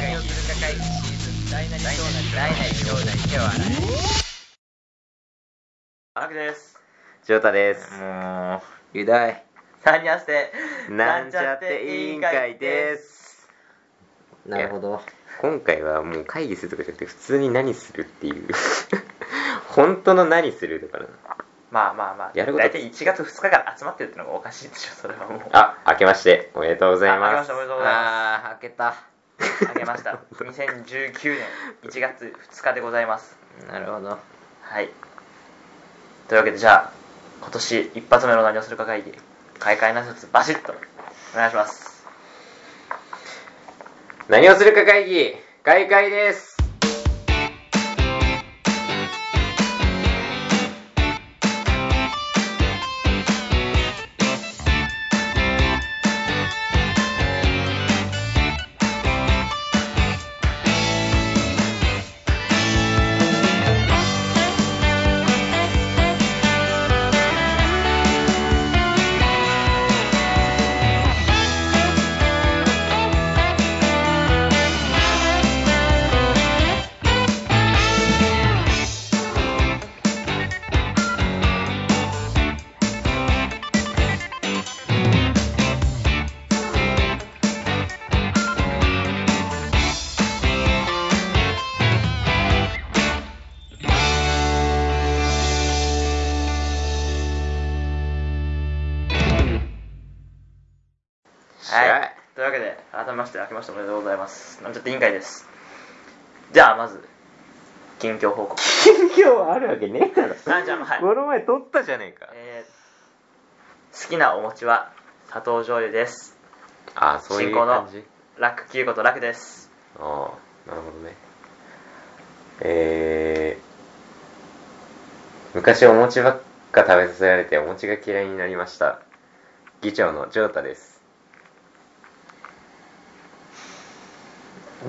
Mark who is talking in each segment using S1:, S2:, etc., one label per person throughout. S1: 会シーズン大なり小なり大なり小なりではない
S2: 荒木です
S3: 翔太です。
S2: もう
S3: ゆだい。
S2: 何にゃして
S3: なんちゃって委員会です。
S1: なるほど
S3: 今回はもう会議するとかじゃなくて、普通に何するっていう。 本当の何するとかな。
S2: まあまあまあ
S3: やること
S2: 大体1月2日から集まってるってのがおかしいでしょそれはもう
S3: あ、明けまして、おめでとうござい
S2: あ明け
S3: ま
S2: まし
S3: す
S2: たお。めでとうございま
S1: ああ開けた
S2: すあげました2019年1月2日でございます
S1: なるほど
S2: はいというわけでじゃあ今年一発目の何をするか会議開会の一つバシッとお願いします
S3: 何をするか会議、開会です。
S2: はいというわけで改めまして明けましておめでとうございますなんちゃって委員会ですじゃあまず近況報告
S3: 近況はあるわけねえだろ。
S2: あじゃあはい
S3: この前撮ったじゃねえか。
S2: えー好きなお餅は砂糖醤油です
S3: あ、そういう
S2: 進行の
S3: 感じ。
S2: ラックキューことラクです
S3: ああ、なるほどね。えー、昔お餅ばっか食べさせられてお餅が嫌いになりました。議長のジョータです。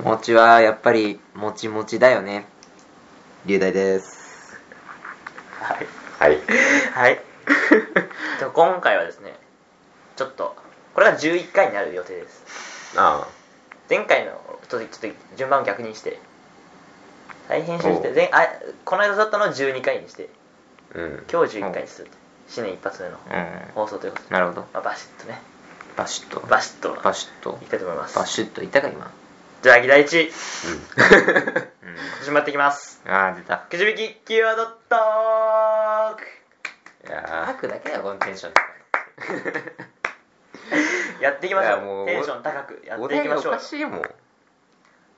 S1: お餅はやっぱりもちもちだよね龍大です
S2: はい
S3: はい。
S2: はいじゃあ今回はですねちょっとこれが11回になる予定です
S3: あ
S2: 前回のちょっとちょっと順番を逆にして大変集し
S3: お
S2: て
S3: う
S2: 前あこの間だったのを12回にして
S3: あ、うん。
S2: 今日11回にするって新年一発目の
S1: う
S2: 放送ということで
S1: ん、なるほど
S2: まあ、バシッとね
S1: バシッと
S2: バシッと
S1: バシッと
S2: いきたいと思います
S1: バシッといたか今
S2: じゃあ議題1
S1: うん
S2: 始まっていきます
S1: ああ出た
S2: くじ引きキーワードトーク
S3: いや
S1: 吐くだけだよこのテンション
S2: やっていきましょ
S3: いやも
S2: う
S3: う
S2: テンション高くや
S3: ー、
S2: っ
S3: お
S2: てい
S3: 題
S2: き
S3: が
S2: ま
S3: お
S2: しょうよ
S3: かしいもん。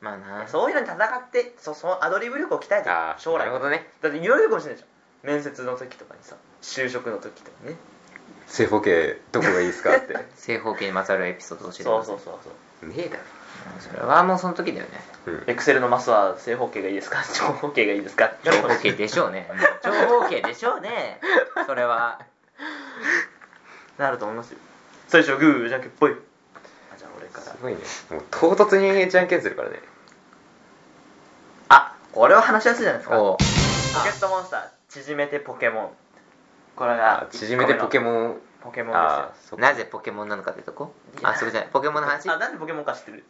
S1: まあな
S2: そういうのに戦ってそそのアドリブ力を鍛えて
S3: ああ、
S2: 将来
S3: なるほどね。
S2: だって言われるかもしれないじゃん面接の時とかにさ就職の時とかね
S3: 正方形、どこがいいですかって。ね
S1: 正方形に勝るエピソード教えてくだ
S2: そう
S1: さい
S2: そうそうそう
S3: えだろ。
S1: うんそれはもうその時だよね
S3: うん。
S2: エクセルのマスは正方形がいいですか 長方形がいいですか
S1: 長方形でしょう ね長方形でしょうねそれは
S2: なると思いますよ最初はグーじゃんけんぽいあじゃあ俺から
S3: すごいね。もう唐突にじゃんけんするからね。
S2: あこれは話しやすいじゃないですか
S1: お
S2: ポ
S1: う
S2: ケットモンスター縮めてポケモンこれ
S3: あ
S2: が
S3: ー、縮めてポケ
S2: ン
S3: モン。
S2: ポケモンですよ
S3: ああ、そっか
S1: なぜポケモンなのかってとこあそれじゃないポケモンの話
S2: あなんでポケモンか知ってる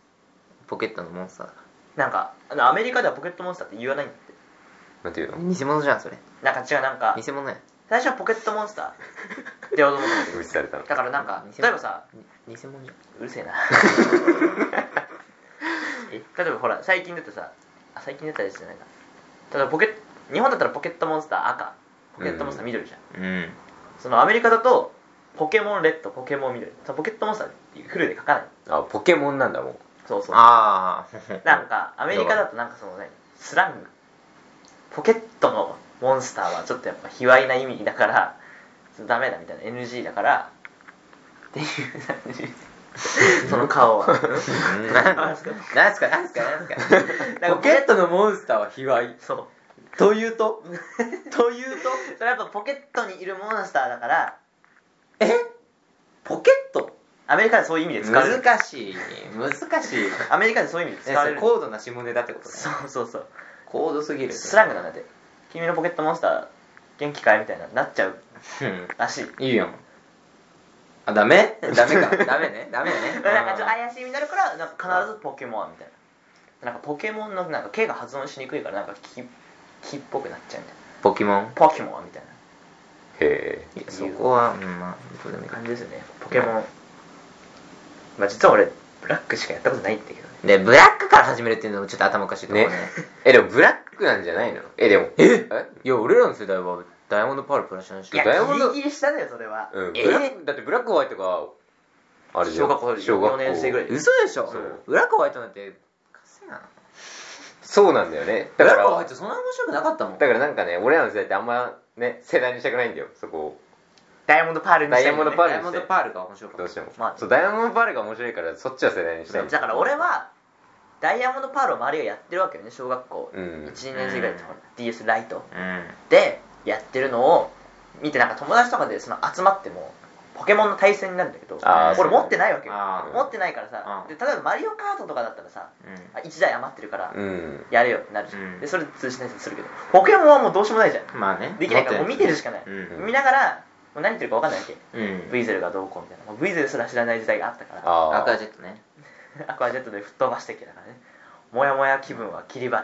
S1: ポケットのモンスター
S2: なんかあのアメリカではポケットモンスターって言わないんだって
S3: なんていうの
S1: 偽物じゃんそれ
S2: なんか違うなんか
S1: 偽物や
S2: 最初はポケットモンスターっ て言おうと思ったんだけ
S3: 無視されたの
S2: ど。だからなんか
S1: 偽物
S2: 例えばさ
S1: に偽物じゃん
S2: うるせえ なえ例えばほら最近だってさあ最近出たやつじゃないな例えばポケッ日本だったらポケットモンスター赤ポケットモンスター緑じゃん、
S1: うん
S2: そのアメリカだとポケモンレッドポケモン緑そのポケットモンスターってフルで書かない
S3: あ、ポケモンなんだもん。
S2: そうそう
S1: あ
S2: なん
S1: あ
S2: かアメリカだとなんかそのねスラングポケットのモンスターはちょっとやっぱ卑猥な意味だからそのダメだみたいな NG だからっていう感 じその顔は
S1: なんすかなんすかなんすかなんすか ポケットのモンスターは卑猥
S2: そう
S1: という とというと
S2: それはやっぱポケットにいるモンスターだから
S1: えポケット
S2: アメリカでそういう意味で使われる
S1: 難しい難 しい
S2: アメリカでそういう意味で
S1: え
S2: 使われる
S1: 高度な下ネタってことね
S2: そうそうそう
S1: 高度すぎる
S2: スラングなんだって君のポケットモンスター元気かいみたいななっちゃうらしい
S1: いいやんあ ダメダメかダメねダメね
S2: なんかちょっと怪しいみになるからなんか必ずポケモンみたいななんかポケモンのなんか K が発音しにくいからなんか木木っぽくなっちゃうみたい
S1: ポケモン
S2: なポケモンみたいな
S3: へえ
S1: いやそこは、うん、まあ、どうでもいいか
S2: 感じですよねポケモンまあ実は俺ブラックしかやったことないんだけどね
S1: で、ブラックから始めるっていうのもちょっと頭おかしいと思うね。
S3: えでもブラックなんじゃないのえでも
S1: えいや、俺らの世代はダイヤモンドパールプラチナし
S2: い
S1: か
S2: や
S3: ダイヤモンド
S2: ギリギリしただよそれは、
S3: うん
S1: え
S3: ブラックだってブラックホワイトがあれじゃん
S2: 小学校
S3: 小学校
S2: 4年生ぐらいで
S1: 嘘でしょ
S3: そう
S1: 裏かホワイトなんて、かせなの。
S3: そうなんだよねだ
S1: 裏
S3: か
S1: かホワイ
S3: ら
S1: トそんな面白くなかったもん。
S3: だからなんかね俺らの世代ってあんまね世代にしたくないんだよそこを
S2: ダイヤモンドパールにしたいよね
S3: ダイヤモンドパール
S1: ダイヤモンドパールが面白かった。
S3: どうしても、
S2: まあ
S3: そうダイヤモンドパールが面白いからそっちは世代にしたい
S2: だから俺はダイヤモンドパールを周りがやってるわけよね小学校
S3: う
S2: 1
S3: ん
S2: 年生ぐらいの時
S1: うん
S2: DS ライト
S1: うん。
S2: でやってるのを見てなんか友達とかでその集まってもポケモンの対戦になるんだけど
S3: あ
S1: ー
S2: 俺持ってないわけよ
S1: あ
S3: ー
S2: 持ってないからさで
S1: う
S2: 例えばマリオカートとかだったらさ
S1: うん。
S2: あ1台余ってるから
S3: うん
S2: やれよってなるじゃん、
S1: うん
S2: でそれで通信対戦するけどポケモンはもうどうしようもないじゃん
S1: まあね。
S2: できないからもう見てるしかない、
S1: うん
S2: 見ながらもう何言ってるか分かんないわけ
S1: うん。
S2: V ゼルがどうこうみたいなもう V ゼルすら知らない時代があったから
S3: あ
S1: アクア
S3: あ
S1: ジェットね。
S2: アクアジェットで吹っ飛ばしてきたからねもやもや気分は切り払い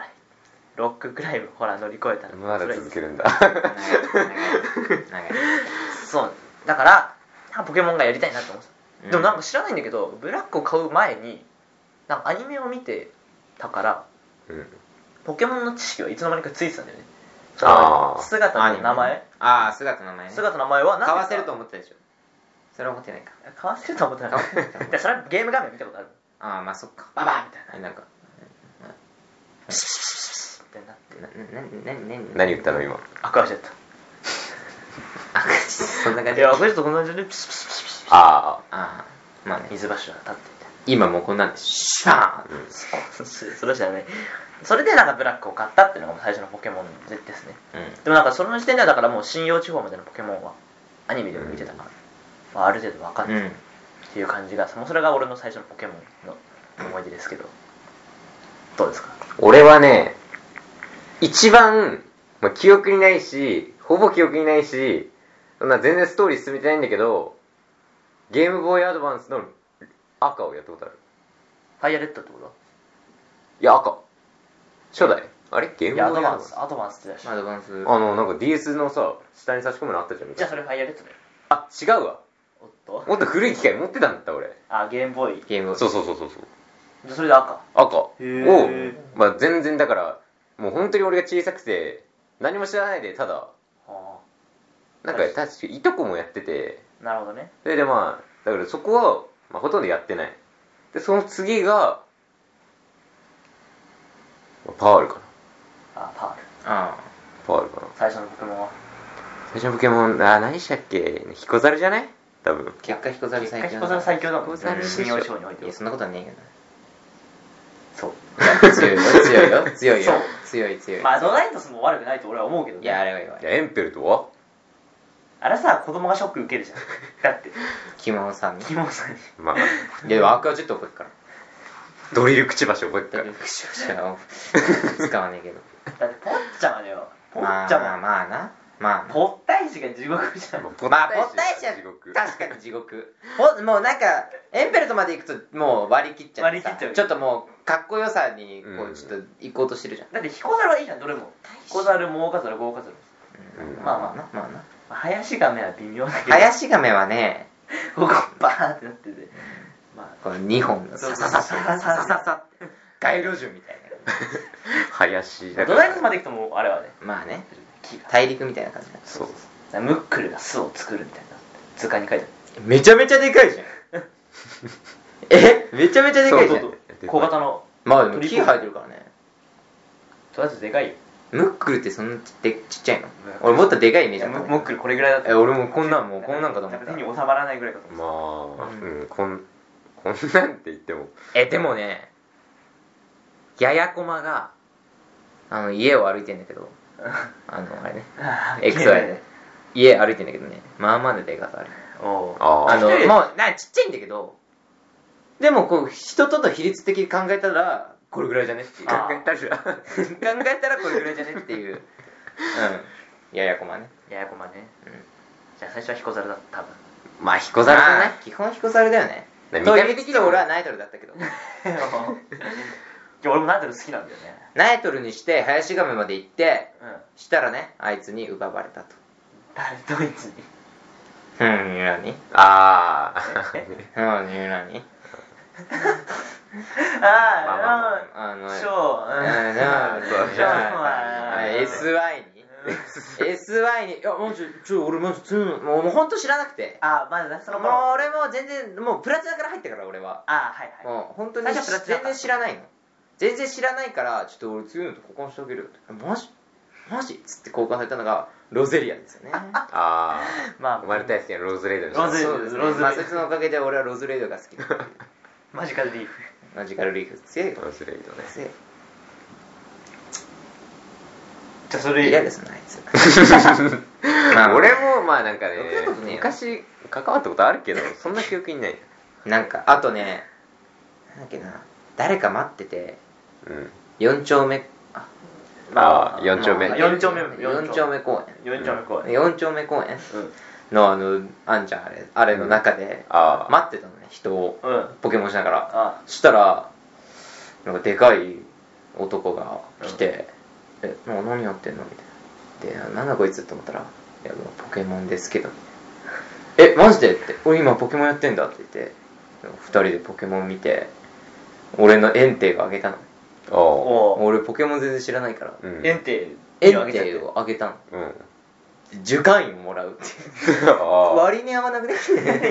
S2: ロッククライムほら乗り越えたら
S3: まだ続け
S2: る
S3: るんだ
S1: 長い長い長い
S2: そうだからあポケモンがやりたいなと思ってた、
S1: うん
S2: でもなんか知らないんだけどブラックを買う前になんかアニメを見てたから
S3: うん
S2: ポケモンの知識はいつの間にかついてたんだよね
S3: あー
S2: 姿と名前
S1: ああ、姿の名前ね。
S2: 姿と名前はなんで
S1: 買わせると思ってたでしょ。それは思ってないか。
S2: 買わせると思ったら
S1: 買わせると思っ
S2: それはゲーム画面見たことある
S1: ああ、まあそっか。
S2: ババンみたいな
S1: はいなんか、
S2: みたいになって
S1: な、な、な、な、な、
S3: 何言ったの今
S2: アクアジェット
S1: アクアジェット、そんな感
S2: い
S1: じ。
S2: や
S1: あ
S2: アクアジェットこんな感じでピシピシピシピシ
S3: あ
S1: あ、まあね。
S2: 水柱が立ってみたいな
S1: 今もうこんなんで、シャーン
S2: それじゃないそれでなんかブラックを買ったっていうのが最初のポケモンですね
S1: うん。
S2: でもなんかその時点ではだからもう信用地方までのポケモンはアニメでも見てたから、まあ、ある程度分かって
S1: うん。
S2: っていう感じが、もうそれが俺の最初のポケモンの思い出ですけどどうですか
S3: あ俺はね一番、まあ、記憶にないしほぼ記憶にないしそんな全然ストーリー進めてないんだけどゲームボーイアドバンスの赤をやったことある
S2: ファイアレッドってこと
S3: いや赤初代あれゲーム
S2: い
S3: ボ
S2: や
S3: ーイ
S2: ア
S3: ア
S2: ド
S3: ド
S2: バ
S3: バ
S2: ン
S3: ン
S2: ス
S3: ス
S2: アドバンスってだし
S1: アドバンス。
S3: あのなんか DS のさ下に差し込むのあったじゃん
S2: じゃあそれファイアレッドだよ
S3: あ違うわ
S2: おっと
S3: もっと古い機械持ってたんだった俺
S2: あゲームボーイ
S1: ゲーム
S3: そうそうそうそうそう
S2: じゃあそれで赤
S3: 赤を
S2: へー、
S3: まあ、全然だからもう本当に俺が小さくて何も知らないでただ
S2: あ
S3: なんか確かいとこもやってて
S2: あなるほどね
S3: それでまあだからそこは、まあ、ほとんどやってないでその次がまあパールかな
S2: あパール
S1: あ
S3: パールかな
S2: 最初のポケモンは
S3: 最初のポケモンあー何したっけヒコザルじゃない多分
S1: あ。結果、彦
S2: 結
S1: 猿最
S2: 果
S1: 強。
S2: 彦さん最強だもん
S3: 彦猿
S2: ね
S3: でしょ
S2: 信用地方において
S1: い
S2: は
S1: や、そんなことはねえけどな。
S2: そう
S1: 強いよ、強いよ、強いよ
S2: そう。
S1: 強い、強い。
S2: まあドナイトスも悪くないと俺は思うけどね
S1: いや、あれは弱い
S3: い。やエンペルとは
S2: あれさ子供がショック受けるじゃんだって
S1: キモさんね。
S2: キモさんに
S3: まあ
S1: いや、でもアクアジェット覚えっから。
S3: ドリルくちばし覚えて
S1: だ
S3: る
S1: けど、クシュクシュは使わねえけど。
S2: だってポッチャマだよポ
S1: ま
S2: ッ
S1: あ
S2: チャ
S1: まあ
S2: マ
S1: まあな。まあ。
S2: ポッタイジが地獄じゃん
S3: まあ
S1: まあ、ポッタイ
S3: 地獄
S1: 確かに地獄。ほもうなんか、エンペルトまで行くと、もう割り切っちゃってさ
S2: 割り切っちゃう
S1: ちょっともう、かっこよさに、こ
S3: う
S1: う、
S3: ん
S1: ちょっと行こうとしてるじゃん。
S2: だって彦猿はいいじゃんどれも彦猿儲か猿豪華猿
S3: うん
S1: まあまあな、まあな。
S2: 林亀は微妙だけど
S1: 林亀はね、
S2: ここバーンってなっててま
S1: この2本、サ
S2: そう
S1: サササササササって、街路樹みたい
S3: 林
S2: あ
S3: だか
S2: ド
S3: ら
S2: ナイトスまで行くともうあれはね
S1: な。まあね、
S2: 木が
S1: 大陸みたいな感じだ
S3: そう
S2: だからムックルが巣を作るみたいな図鑑に書いて
S1: めちゃめちゃでかいじゃん。えめちゃめちゃ
S2: あ
S1: で
S2: る
S1: かいじ
S2: そうん
S1: ゃ
S2: そう。そう小型の
S1: まあでも木生えてるからね。
S2: とりあえずでかいよ
S1: ムックルってそんなちっちゃいの
S2: ムックル
S1: 俺もっとでかいイメー
S2: い
S1: ジ
S2: や
S1: だった
S2: ム
S1: ん
S2: ム
S1: だけど
S2: ックルこれぐらいだった
S1: え俺もうこんなんもうこんなんかと思っ
S2: 手
S1: た
S2: に収まらないぐらいかと思っ
S3: まあ、
S1: うん
S3: うん、こん こんなんって言っても
S1: えでもねややこまがあの家を歩いてんだけどあのあれね
S2: た
S1: XY ね家歩いてんだけどねまあまあででかさあれ
S2: おう
S3: あ
S1: あ
S2: 一
S1: の
S2: 人で
S1: もうなちっちゃいんだけどでもこう人との比率的に考えたらこれぐらいじゃねっていう考
S2: あー
S3: たじゃ
S1: えたらこれぐらいじゃねっていううんややこまね
S2: ややこまね、
S1: うん
S2: じゃあ最初は彦猿だった多 分
S3: まあ彦
S1: 小猿
S3: 猿
S1: じ
S3: じ
S1: ゃ
S3: ゃな
S1: な
S3: いい
S1: 基本彦猿だよね
S3: ね
S1: と
S3: 見
S1: い
S3: た目
S1: う的に俺はナイドルだったけど
S2: でや俺もナイトル好きなんだよね
S1: ナイトルにして林亀まで行って
S2: うん
S1: したらねあいつに奪われたと
S2: 誰ドイツに
S1: ふん何
S3: あ
S2: え
S3: ー
S1: ふん何
S3: まあまあ
S2: あ
S1: あ
S2: あ
S1: の
S2: うん超うん
S1: なあ
S3: そう
S2: 超
S1: あ
S2: うん
S1: SY に SY にいやマジちょ俺マジつうもうもう本当知らなくて
S2: あまずねそ
S1: も
S2: の
S1: う
S2: 頃
S1: 俺も全然もうプラチナから入ったから俺は
S2: あはいはい
S1: もう本当に
S2: 最初プラチナ
S1: 全然知らないの全然知らないからちょっと俺次のと交換してあげるよってマジマジっつって交換されたのがロゼリアです よね
S3: あ
S2: ま
S3: ーお前の大好きなローズレイドに
S2: ローズレイド
S1: そうですね
S2: ロゼリア
S1: まあそいつのおかげで俺はロズレイドが好きだ
S2: マジカルリーフ
S1: マジカルリーフ強いよ
S3: ローズレイドね
S1: 強い
S2: じゃあそれ
S1: 嫌ですねあいつ まあ
S3: 俺もまあなんかね
S1: ろくなことねえよ
S3: 昔関わったことあるけどそんな記憶にない
S1: なんかあとねなんだっけな誰か待ってて
S3: うん
S1: 4丁目あ
S3: あー四丁目
S1: まあ
S2: 4丁目
S1: 四丁目公園
S2: 4丁目公園
S1: 4丁目公園
S2: うん
S1: のあのあんちゃんあれあれの中で
S3: あ
S1: 待ってたのね人を
S2: うん
S1: ポケモンしながら
S2: あ
S1: そしたらなんかでかい男が来て「えな何やってんの?」みたいな「でなんだこいつ?」と思ったら「いやもうポケモンですけど」えマジで?」って「俺今ポケモンやってんだ」って言って2人でポケモン見て俺のエンテイをあげたの
S3: あお
S2: おお
S1: 俺ポケモン全然知らないから
S3: うん
S2: エンテ
S1: エンテイをあげたの
S3: うん
S1: 受感員もらうっていう
S3: あ
S1: 割に合わ なくね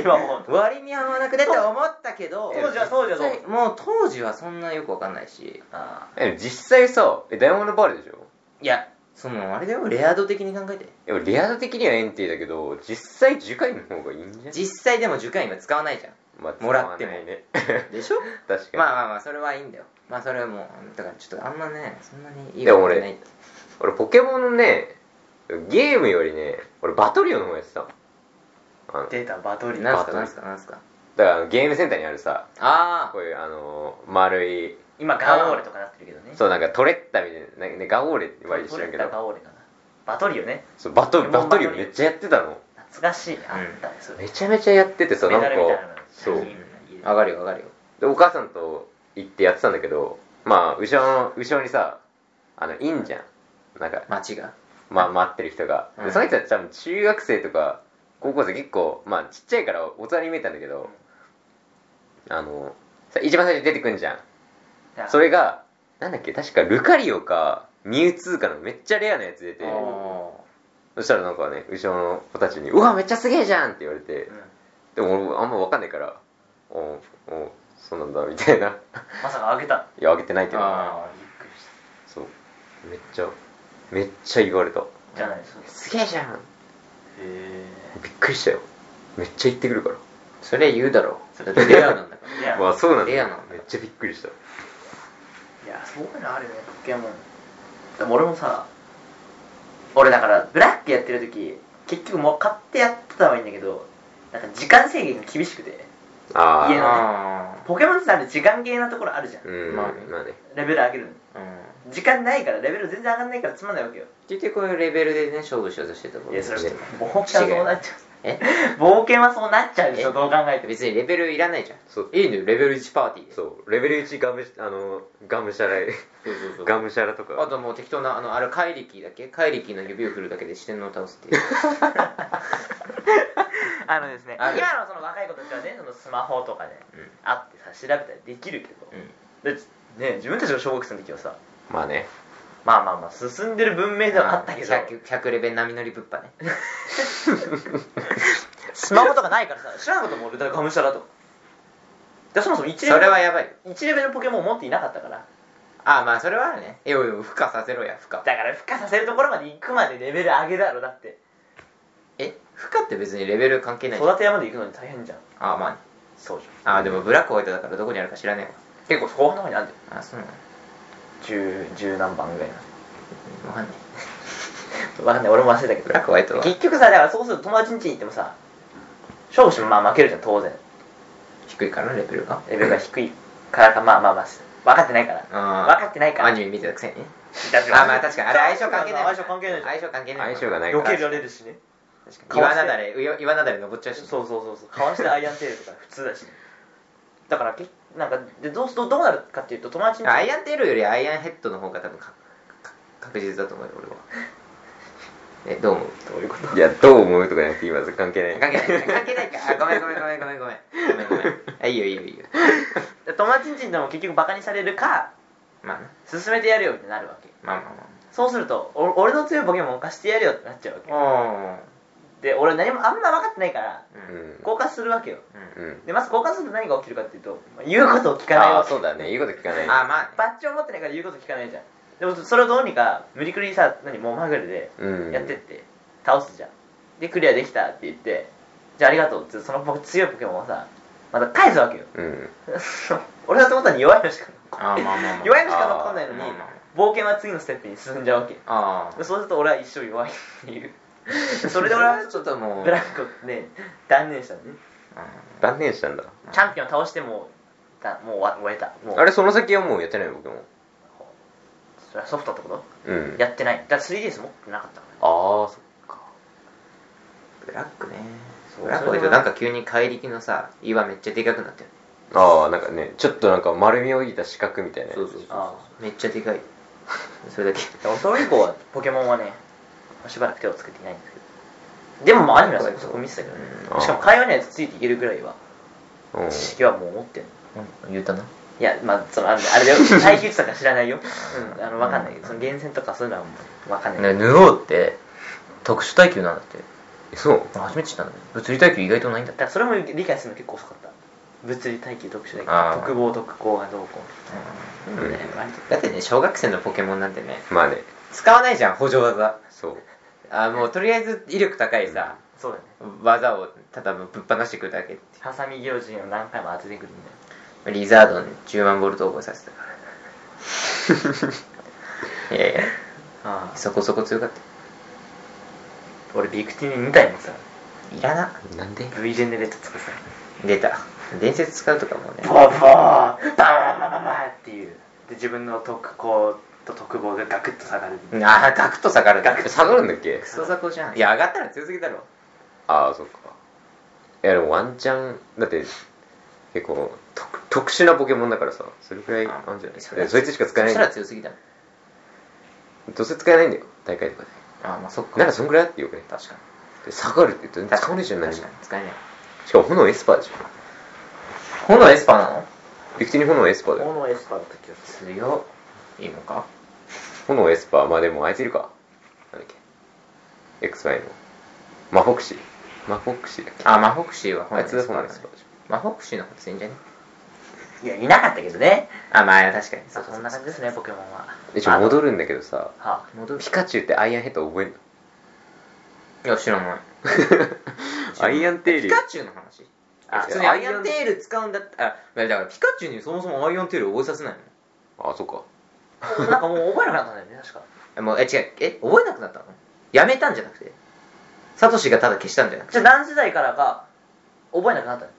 S2: 今もう
S1: 割に合わなくねって思ったけど
S2: 当時は当時はどう
S1: 絶対もう当時はそんなよくわかんないし
S2: あ
S3: ーえ実際さえダイヤモンドバールでしょ
S1: いやそのあれだよレア度的に考えて
S3: でもリアル的にはエンティだけど実際樹海の方がいいんじゃない
S1: 実際でも受験今使わないじゃん
S3: まあ
S1: もらっても
S3: 使わないね
S1: でしょ
S3: 確かに
S1: まあまあまあそれはいいんだよまあそれはもうだからちょっとあんまねそんなにいい
S3: でも
S1: こと
S3: 俺
S1: ないって
S3: 俺ポケモンのねゲームよりね俺バトリオの方やってたあの
S2: あデータバトリ
S1: なんす
S3: バト
S1: か
S3: ル
S1: なんすかなんすか
S3: だからあのゲームセンターにあるさ
S1: あ
S3: こういうあのー丸い
S2: 今ガオーレとかなってるけどね
S3: そうなんかトレッタみたいななんかねガオーレって言われて知らんけ
S2: トレ
S3: ど
S2: ッタガオーレかなバトリオね
S3: そうバト
S2: ポケモ
S3: バ
S2: ン
S3: トリオ
S2: バトリオ
S3: めっちゃやってたの
S2: 懐かしいあったねそれ
S3: めちゃめちゃやっててさな
S2: メ
S3: んか
S2: ダルみたいなの
S3: そう
S1: あ上がるよ上がるよ
S3: でお母さんと行ってやってたんだけどまあ後ろの後ろにさあのいんじゃんなんか、
S1: 街が
S3: まあ、待ってる人が、
S1: うん
S3: でその人たち多分中学生とか高校生結構まあちっちゃいから大人に見えたんだけどあのさ一番最初に出てくんじゃんそれがなんだっけ確かルカリオかミュウツーかのめっちゃレアなやつ出て
S1: あー
S3: そしたらなんかね後ろの子たちに「うわめっちゃすげえじゃん!」って言われて
S2: うん
S3: でも俺あんま分かんないから「おうおうそうなんだ」みたいな
S2: まさかあげた
S3: いやあげてないけど
S1: あ
S2: びっくりし
S3: そうめっちゃめっちゃ言われた
S2: たじゃないそう
S3: 「
S2: です
S3: すげえじゃん!
S2: へ」
S3: びっくりしたよめっちゃ言ってくるから
S1: それ言うだろだってレアなんだから
S2: えいや
S3: まあそうなんだ
S1: レアなんだ
S3: めっちゃびっくりした
S2: いやそういうのあるよねポケモンでも俺もさ俺だからブラックやってる時結局もう買ってやってたのはいいんだけどなんか時間制限が厳しくて
S3: あ
S2: 家の
S3: あ
S1: あ
S2: ポケモンってあれ時間ゲーなところあるじゃん、
S3: うん
S1: ま
S3: ま
S1: あ
S3: あ
S1: ね
S3: ね
S2: レベル上げるのに
S1: あうん
S2: 時間ないからレベル全然上がんないからつまんないわけよ
S1: 結局こういうレベルでね勝負しようとしてたこ
S2: い
S1: と
S2: やそれ
S3: ね
S2: 冒険はそうなっちゃ
S1: え
S2: う冒険はそうなっちゃうでしょ
S1: え
S2: どう考え ても
S1: 別にレベルいらないじゃん
S3: そう
S1: いいのよレベル1パーティーで
S3: そうレベル1ガムシあのガムシャラ
S1: そうそうそう
S3: ガムシャラとか
S1: あともう適当なあのあれ怪力だっけ怪力の指を振るだけで視点を倒す っていう
S2: あのですね
S1: ある
S2: 今のその若い子たちはねそのスマホとかで
S1: うん
S2: 会ってさ調べたりできるけど、でね自分たちが小学生の時はさ
S3: まあね
S2: まあまあまあ進んでる文明ではあったけど
S1: 100, 100レベル並み乗りぶっぱね
S2: スマホとかないからさ知らんことも俺だからガムシャラとかでそもそも1レ
S1: そ
S2: ベ
S1: れ
S2: ル
S1: はやばい
S2: 1レベルポケモンを持っていなかったから
S1: ああまあそれはあるねえおいおい負荷させろや負荷
S2: だから付加させるところまで行くまでレベル上げだろだって
S1: え負荷って別にレベル関係ないじゃん
S2: 育て屋まで行くのに大変じゃん
S1: ああまあね
S2: そうじ
S1: ああでもブラックホワイトだからどこにあるか知らね
S2: ゃん結構後半の方にあるんだよ
S1: えわあそうなの
S2: 十十何番ぐらいな
S1: わかんない
S2: 分かんない俺も忘れたけ
S1: ブ
S2: ど
S1: ラックホワイトは
S2: 結局さだからそうすると友達ん家に行ってもさ勝負してもまあ負けるじゃん当然
S1: 低いからレベルが
S2: レベルが低いからかまあまあまあ分かってないから分
S1: あー
S2: かってないから
S1: アニメ見てたくせにね
S2: だって
S1: ああまあ確かにあれ相性関係ない
S2: 相性関係ない
S1: 相性関係ない
S3: 相性がないいから
S2: られるしね
S1: 岩なだれ岩なだれ登っちゃうし
S2: そうそうそうそうかわしてアイアンテールとか普通だしねだからけなんかでどうすどうどうなるかっていうと友達に
S1: アイアンテールよりアイアンヘッドの方が多分かか確実だと思うよ 俺はえどう思う
S2: どういうこと
S3: いや、どう思うとかじゃなくて、今関係ない。
S1: 関係ない関係ないかあごめんごめんごめんごめんごめんごめんごめんあいいよいいよいいよ
S2: で友達んちでも結局バカにされるか
S1: まあな
S2: 進めてやるよってなるわけ
S1: まあまあ
S2: そうするとお俺の強いポケモンを貸してやるよってなっちゃうわけ
S1: まあ
S2: で俺何もあんま分かってないから
S1: おー
S3: うん。
S2: 交換するわけよ
S1: う
S3: うん。
S2: でまず交換すると何が起きるかっていうとまあ言うことを聞かない
S3: ああ
S2: わ
S3: ー、
S2: け
S3: そうだね。言うこと聞かない。
S1: んあまあね
S2: バッジを持ってないから言うこと聞かないじゃんでもそれをどうにか無理くりさ何もうまぐれで
S3: うん。
S2: やってって倒すじゃんでクリアできたって言ってじゃあありがとうってその僕強いポケモンをさまた返すわけよ
S3: うん。
S2: 俺だと思ったら弱いのしか残ん
S1: あーまあまあまあ
S2: 弱いのしか残んないのに
S1: あーまあま
S2: 冒険は次のステップに進んじゃうわけ
S1: ああ
S2: でそうすると俺は一生弱いっていうそれで俺は
S1: ちょっともう
S2: ブランコね断念したのね
S1: うん
S3: 断念したんだ。
S2: チャンピオン倒してもだもう終わ終えたもう
S3: あれ、その先はもうやってないの僕も。
S2: それはソフトってこと
S3: うん。
S2: やってないだから 3DS 持ってなかったから
S3: ああ、そ
S1: ブラックね
S2: そう
S1: ブラックだとなんか急に怪力のさ岩めっちゃでかくなってる
S3: ああ、なんかね、ちょっとなんか丸みを帯びた四角みたいなやつ。
S2: あ
S1: めっちゃでかいそれだけ
S2: でもそれ以降はポケモンはねしばらく手をつけていないんですけどでもまあアニメはそこ見てたけどね
S3: うん
S2: しかも会話にはついていけるぐらいは
S3: うん。
S2: 知識はもう持ってる
S1: うん言うたない
S2: やまあそのあれあ れだよ耐久値とか知らないよ、うん、あの分かんないけどその厳選とかそういうのはもう分かんない、
S1: ヌオーって特殊耐久なんだって
S3: そう。
S1: 初めて知ったんだね物理耐久意外とないんだ
S2: だからそれも理解するの結構遅かった物理耐久特殊だけ
S1: あー
S2: ど特防特攻がどうこう、
S3: ん
S2: うんね割と
S1: だってね小学生のポケモンなんてね
S3: まあね、
S1: 使わないじゃん補助技
S3: そう。
S1: あもうとりあえず威力高いさ
S2: そうだね
S1: 技をただぶっ放してくるだけって
S2: ハサミ行人を何回も当ててくるんだよ
S1: いうリザードン10万ボルト応募させたからいやいや
S2: あ
S1: そこそこ強かった
S2: あ俺ビクティに2体持ってたの
S1: いらな
S3: なんで
S2: V ジェネレート作ってたの
S1: 出た伝説使うとかも
S2: ボ
S1: ね
S2: ーボーバーバーバーバーっていうで自分の特攻と特防がガクッと下がる
S1: ああガクッと下がるガク
S3: 下がるんだっけ
S1: クソ雑魚じゃんいや上がったら強すぎだろ
S3: ああ、そっか。いや、でもワンチャン、だって、結構、特特殊なポケモンだからさ、それくらいあるんじゃないそそいつしか使え
S1: そした
S3: な
S1: ら
S3: い。
S1: 強すぎだもん
S3: どうせ使えないんだよ、大会とかで。
S1: ああまあそっか
S3: ならそんくらいあってよくね。
S1: 確かに
S3: で下がるって言って、使わねえじゃん、何も
S1: 確かに使えない
S3: しかも炎エスパーじゃん。
S1: 炎エスパーなの
S3: ビクティに炎エスパーだよ。
S2: のエスパーだった気がす
S1: 強っいいのか
S3: 炎エスパー、まあでもあいついるか。なんだっけ。XY の。マフォクシー。マフォクシーだっけ。
S1: あマホクシーは
S3: あ
S1: 炎
S3: い
S1: エス
S3: つ
S1: パ
S3: が炎
S1: ーだね
S3: エスパーじ
S1: マホクシーの方が強いんじゃね
S2: るいやいなかったけどね
S1: あまあ確かに
S2: そんな感じですねポケモンは
S3: ゃん。で、ちょ、戻るんだけどさ、
S2: は
S1: 戻る
S3: ピカチュウってアイアンヘッド覚えんの
S1: いや知らない
S3: アイアンテール
S1: ピカチュウの話あ
S3: あ
S1: 普通にアイアンテール使うんだったらあだからピカチュウにそもそもアイアンテール覚えさせない
S3: あ、そっか。
S2: あなんかもう覚えなくなったんだよね確か
S1: のもうえ違うえ覚えなくなったのやめたんじゃなくてサトシがただ消したんじゃなくて
S2: じゃあ何時代からか覚えなくなったの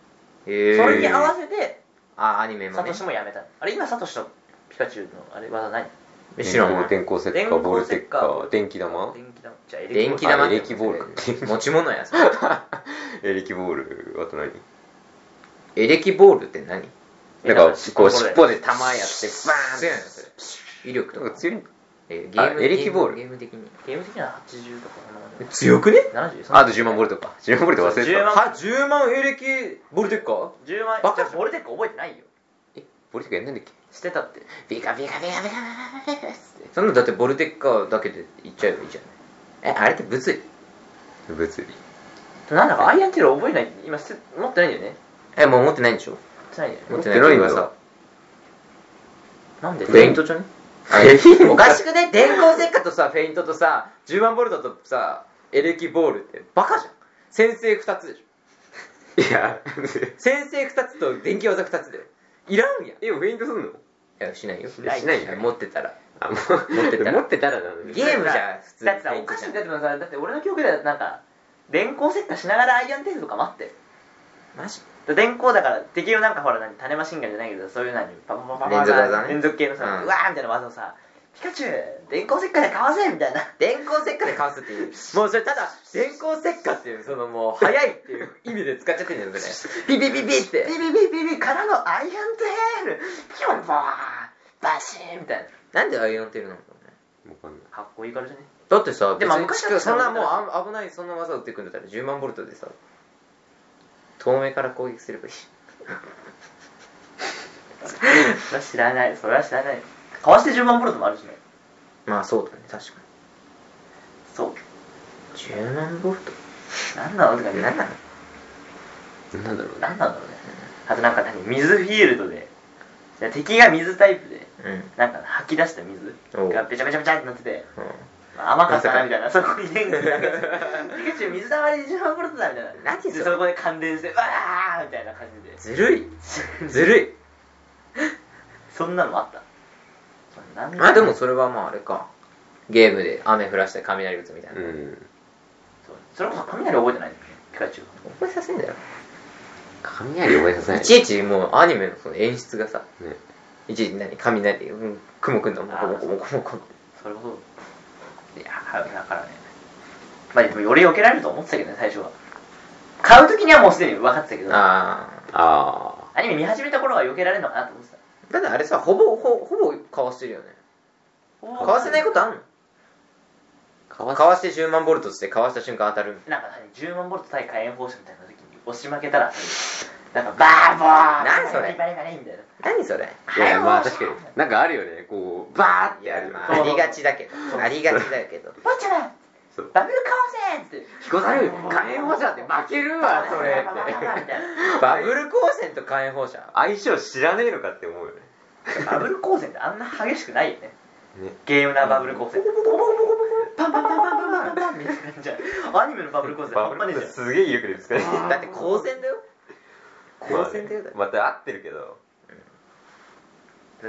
S1: へ
S2: それに合わせて
S1: あアニメも
S2: サ
S1: ね
S2: トシもやめたのあれ今サトシとピカチュウのあれ技何
S1: 知らない
S3: 電光石火、ボルテッカー、電気玉
S2: 電気玉じゃあエレキ
S1: 電
S2: ボ
S1: 気
S2: ール
S1: 玉
S3: あ
S1: って
S3: エレキボール
S1: 持ち物やそれ
S3: エレキボール、あと何
S1: エレキボールって何
S2: え
S3: なんか、こう、
S2: これ
S3: 尻尾で玉やって、バーン
S1: 強いのそれ威力と
S3: なん
S1: か
S3: か強い
S1: え
S3: あエレキボール
S1: ゲーム的に
S2: ゲーム的には80とかそんなもんじゃ
S1: 強くね
S2: ない70そんな
S3: あと10万ボルトか。10万ボルト忘れて
S2: 10万
S3: た。
S1: は10万エレキボルテッカー
S2: 10万
S1: バカ
S2: じゃあ俺テック覚えてないよ
S3: え、ボルテッカやんないんだっけ
S2: してたって
S3: ビカビカビカビカビカビ
S1: そんなのだってボルテッカーだけでいっちゃえばいいじゃないえあれって物理
S3: カ物理。
S2: なんだかアイアンテール覚えない今捨て持ってないんだよね
S1: えもう持ってないんでしょ
S2: 持ってないんだよね
S1: 持
S3: 持
S1: っ
S3: ってて
S1: ない
S3: ない
S1: と
S3: んだ
S1: 今さ
S2: なんで
S1: フェイントじゃね
S3: あれ
S1: おかしくね電光石火とさフェイントとさ10万ボルトとさエレキボールってバカじゃん先生2つでしょ
S3: いや、
S1: 先生2つと電気技2つでいらんやんい
S3: え、フェイントすんの
S1: やしないよ
S3: いやしないよ
S1: 持ってたら
S3: あ、もう、
S1: 持ってたら
S3: 持ってたらなの
S1: ゲ
S3: に。
S1: ームじゃん普通に
S2: だってさおかしいだってさだって俺の記憶ではなんか電光石火しながらアイアンテールとか待って
S1: マジ
S2: で電光だから敵をなんかほら何種マシンガンじゃないけどそういう何ババババババ
S1: 連続技ね
S2: 連続系のさ、
S1: うん
S2: うわーみたいな技をさピカチュウ電光石火でかわせみたいな。
S1: 電光石火でかわすっていう。もうそれただ、電光石火っていう、そのもう、早いっていう意味で使っちゃってんじゃん、それ。ピピピピっ
S2: ビ
S1: て。
S2: ビビビビからのアイアンテールピョンボーバシーンみたいな。
S1: なんでアイアンテールなのかね。
S3: わかんない。
S2: かっこいいからじゃね
S1: だってさ、
S2: でも
S1: 別に
S2: 昔だったら
S1: そんなもうあ危ない、そんな技打ってくんだったら10万ボルトでさ、遠目から攻撃すればいい。
S2: それは知らない。それは知らない。かわして10万ボルトもあるしね。
S1: まあそうだね、確かに。
S2: そう。
S1: 10万ボルト
S2: なんなのとか、なんなの
S3: なんだろうね。
S2: なんなんだろうね。あとなんか何水フィールドで。じゃあ敵が水タイプで、
S1: うん。うん。
S2: なんか吐き出した水
S1: おう
S2: がべちゃべちゃべちゃってなってて、まあ甘かったなみ たいな、そこに電気が流れて、ピカチュウ水溜まり10万ボルトだみたいな。
S1: 何それ
S2: でそこで感電して、わーみたいな感じで。
S1: ずる い。ずるい。
S2: そんなのもあった。なん
S1: まあでもそれはまああれか。ゲームで雨降らして雷打つみたいな。
S3: うん。
S2: そうそれこそ雷覚えてないんだよね、ピカチュウ。
S1: 覚えさせんだよ。
S3: 雷覚えさせないい。
S1: ちいちもうアニメのその演出がさ、
S3: ね。
S1: いちいち何雷、うん、雲くんのもこもこもこもこって。
S2: それこそ、いや、はいだからね。まあでも、より避けられると思ってたけどね、最初は。買う時にはもうすでに分かってたけど、ア
S1: あ
S3: あ
S2: ニメ見始めた頃は避けられるのかなと思ってた。
S1: あ。だってあれさ、ほぼ、ほほぼかわしてるよね。かわせないことあん
S3: あ。
S1: の
S3: か
S1: かわして10万ボルトしてかわした瞬間当たる。
S2: なんか何、10万ボルト対火炎放射みたいな時に押し負けたら、なんか、バーボー
S1: 何それ
S2: バリバリバリみたいな。
S1: 何それ
S3: いや、まあ
S2: 火炎
S3: 確
S2: 放
S3: か
S2: 射
S3: に。なんかあるよね。こう、バーっ
S1: い
S3: てあ
S1: や
S3: る、
S1: まあ、ありがちだけど。ありがちだけど。
S2: ボッチャだ
S3: そう
S2: バブルかわせって。
S3: 彦さる火炎放射って負けるわ、そ れ
S2: バーバーバーバーバーみ
S3: って。
S2: たいな
S1: バブル光線と火炎放射
S3: 相性知らねえのかって思うよね。
S2: バブル光線ってあんな激しくないよね。
S3: ね。
S2: ゲームなバブル光線。パンパンパンパンパンパンパンみたいな感じでアニメのバブル光線
S3: バ
S2: 半
S3: ブ
S2: 端ね
S3: ル
S2: え
S3: って
S2: じゃん。
S3: すげえ威力でぶつかる。
S2: あ ー
S1: だって光線だよ。光線だよだって。
S3: また合ってるけど。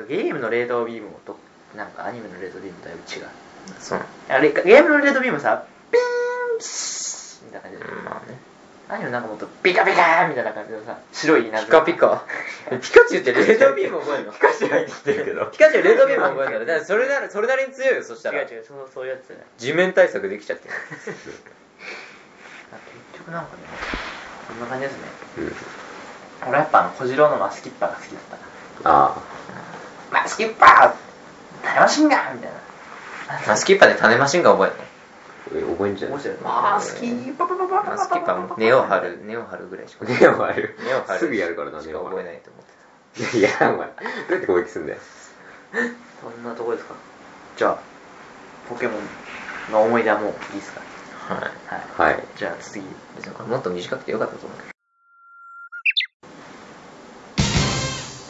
S2: ゲームのレーダービームもと、なんかアニメのレーダービームとだいぶ違う。
S1: そう。
S2: あれ、ゲームのレーダービームさ、ピーン、ピシーみたいな感じで。
S1: まあね。
S2: アニメなんかもっとピカピカーみたいな感じのさ、白いなん
S1: ピ
S2: か。
S1: カピカ。 ピカチュウってレーダービーム覚えるの
S3: ピカチュウ入ってきてるけど
S1: ピ。カチュウレーダービーム覚えるのだからそれなら、それなりに強いよ、そした
S2: 違
S1: ら
S2: う。違う、そのそういうやつじゃない。
S1: 地面対策できちゃってる。
S2: 結局なんかね、こんな感じですね。
S3: うん
S2: 俺はやっぱあの、小次郎のマスキッパーが好きだったな。
S3: あ
S2: マスキッパー楽しんがみたいな。
S1: まあ、スキッパーで種マシンが覚える
S3: あ。
S1: の。
S3: 覚えんじゃない
S2: 面白い。
S1: まあ
S2: マスキーパパパパ
S1: ま
S2: パ
S1: あ、
S2: パ
S1: スキッパーも根を張る、根を張るぐらいしか。
S3: 根を張る
S1: 根を張 る。
S3: すぐやるからな
S1: し
S3: 根
S1: か
S3: を張る
S1: 覚えないと思って
S3: いや、お前、どうやって攻撃すんだよ。
S2: そんなとこですか。じゃあ、ポケモンの思い出はもういいですか。
S1: た。はい。
S2: はい。
S3: はい。
S2: じゃあ次。
S1: 別にこれもっと短くてよかったと思うけど。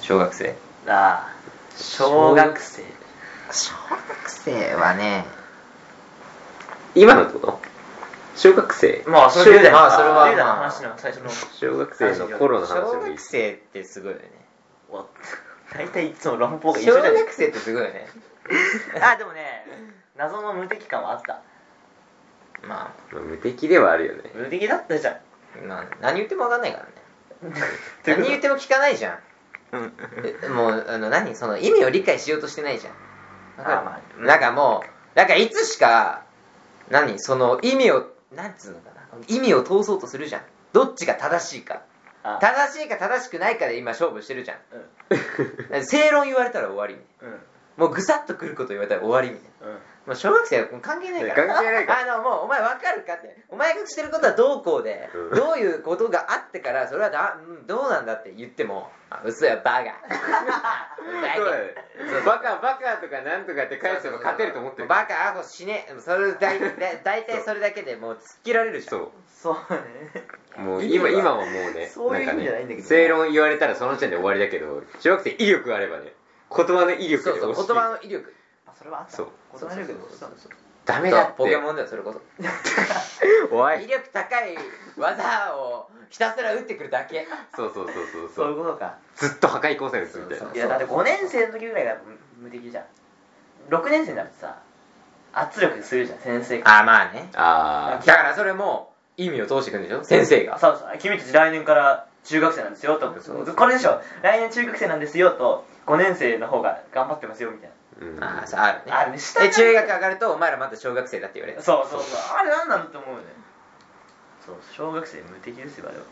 S1: 小学生。
S2: ああ、小学生。
S1: 小学生はね、
S3: 今のってこと小学生
S2: まあ、
S1: そ
S2: そ
S1: れ
S2: れ
S1: で
S2: で、
S1: まあそれは
S2: 10代の話の最初の。
S3: 小学生の頃の話
S1: 小
S3: でもいい
S1: 学。生ってすごいよね。
S2: わ大体いつも乱暴が一
S1: 小
S2: 緒じゃない
S1: 学生ってすごいよね。
S2: あー、でもね、謎の無敵感はあった。
S1: ま
S3: まあ無敵ではあるよね。
S2: 無敵だったじゃん。
S1: あ、まあ、何言っても分かんないからね。何言っても聞かないじゃん。えもう、あの、何その意味を理解しようとしてないじゃん。だか
S2: あま
S1: るなんかもう、なんかいつしか、何その意味を、なんつうのかな。意味を通そうとするじゃん。どっちが正しいか。
S2: あ
S1: 正しいか正しくないかで今勝負してるじゃん。
S2: うん。
S1: だから正論言われたら終わりみたい
S2: うん。
S1: な。もうぐさっとくること言われたら終わりみたい
S2: う
S1: な。
S2: ん。
S1: もう小学生はもう関係ないから。
S3: 関係ないか
S1: あの、もうお前わかるかって。お前がしてることはどうこうで、
S3: うん
S1: どういうことがあってから、それはだ、うんどうなんだって言っても、あ、嘘や、バカ。バ
S3: そうだ
S1: カ
S3: ねバカ、バカとかなんとかって返しても勝てると思ってる。
S1: バカ、アホ、死ね。それだい、だ 大体それだけでもう突っ切られるじゃん。
S3: そ
S2: そう
S3: う。もう
S1: 意味
S3: 今、
S1: は
S3: 今はもうね、
S2: そういう意味
S3: ね
S2: じゃないんだけど
S3: 正論言われたらその時点で終わりだけど、小学生威力あればね、言葉の威力で
S1: そうそう、
S3: 押し切
S1: 言
S3: る
S1: 葉の威力。
S2: あ、それはあった。
S3: そう
S2: 断れるけど、どうしたんです
S3: ダメだって。
S1: ポケモンだよ、それこそ。
S3: お
S1: 威
S3: い。
S1: 力高い技をひたすら打ってくるだけ。
S3: そうそうそうそう
S2: そう
S3: そ
S2: いう
S3: う。
S2: ことか。
S3: ずっと破壊光線打つみたい
S1: そう
S3: な
S1: そう。
S2: いや、だって5年生の時ぐらいが無無敵じゃん。6年生になるとさ、圧力するじゃん、先生が。
S1: あ、まあね。
S3: あ
S1: だからそれも意味を通していくんでしょ先生が。
S2: そうそう、君たち来年から中学生なんですよと
S1: そうそう。
S2: これでしょ、来年中学生なんですよと、5年生の方が頑張ってますよみたいな。
S3: ー。うん
S1: ああ、さあ、あるね。
S2: あるね下
S1: で、
S2: が
S1: 中学上がると、お前らまだ小学生だって言われる。
S2: そうそうそうあれなんなんって思うよねそう小学生無敵ですよあれは